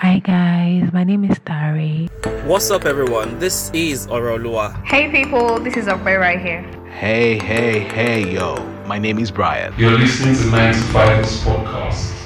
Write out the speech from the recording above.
Hi guys, my name is Tari. What's up, everyone? This is Orolua. Hey people, this is Okwe right here. Hey, hey, hey, yo. My name is Brian. You're listening to 9 to 5's podcast.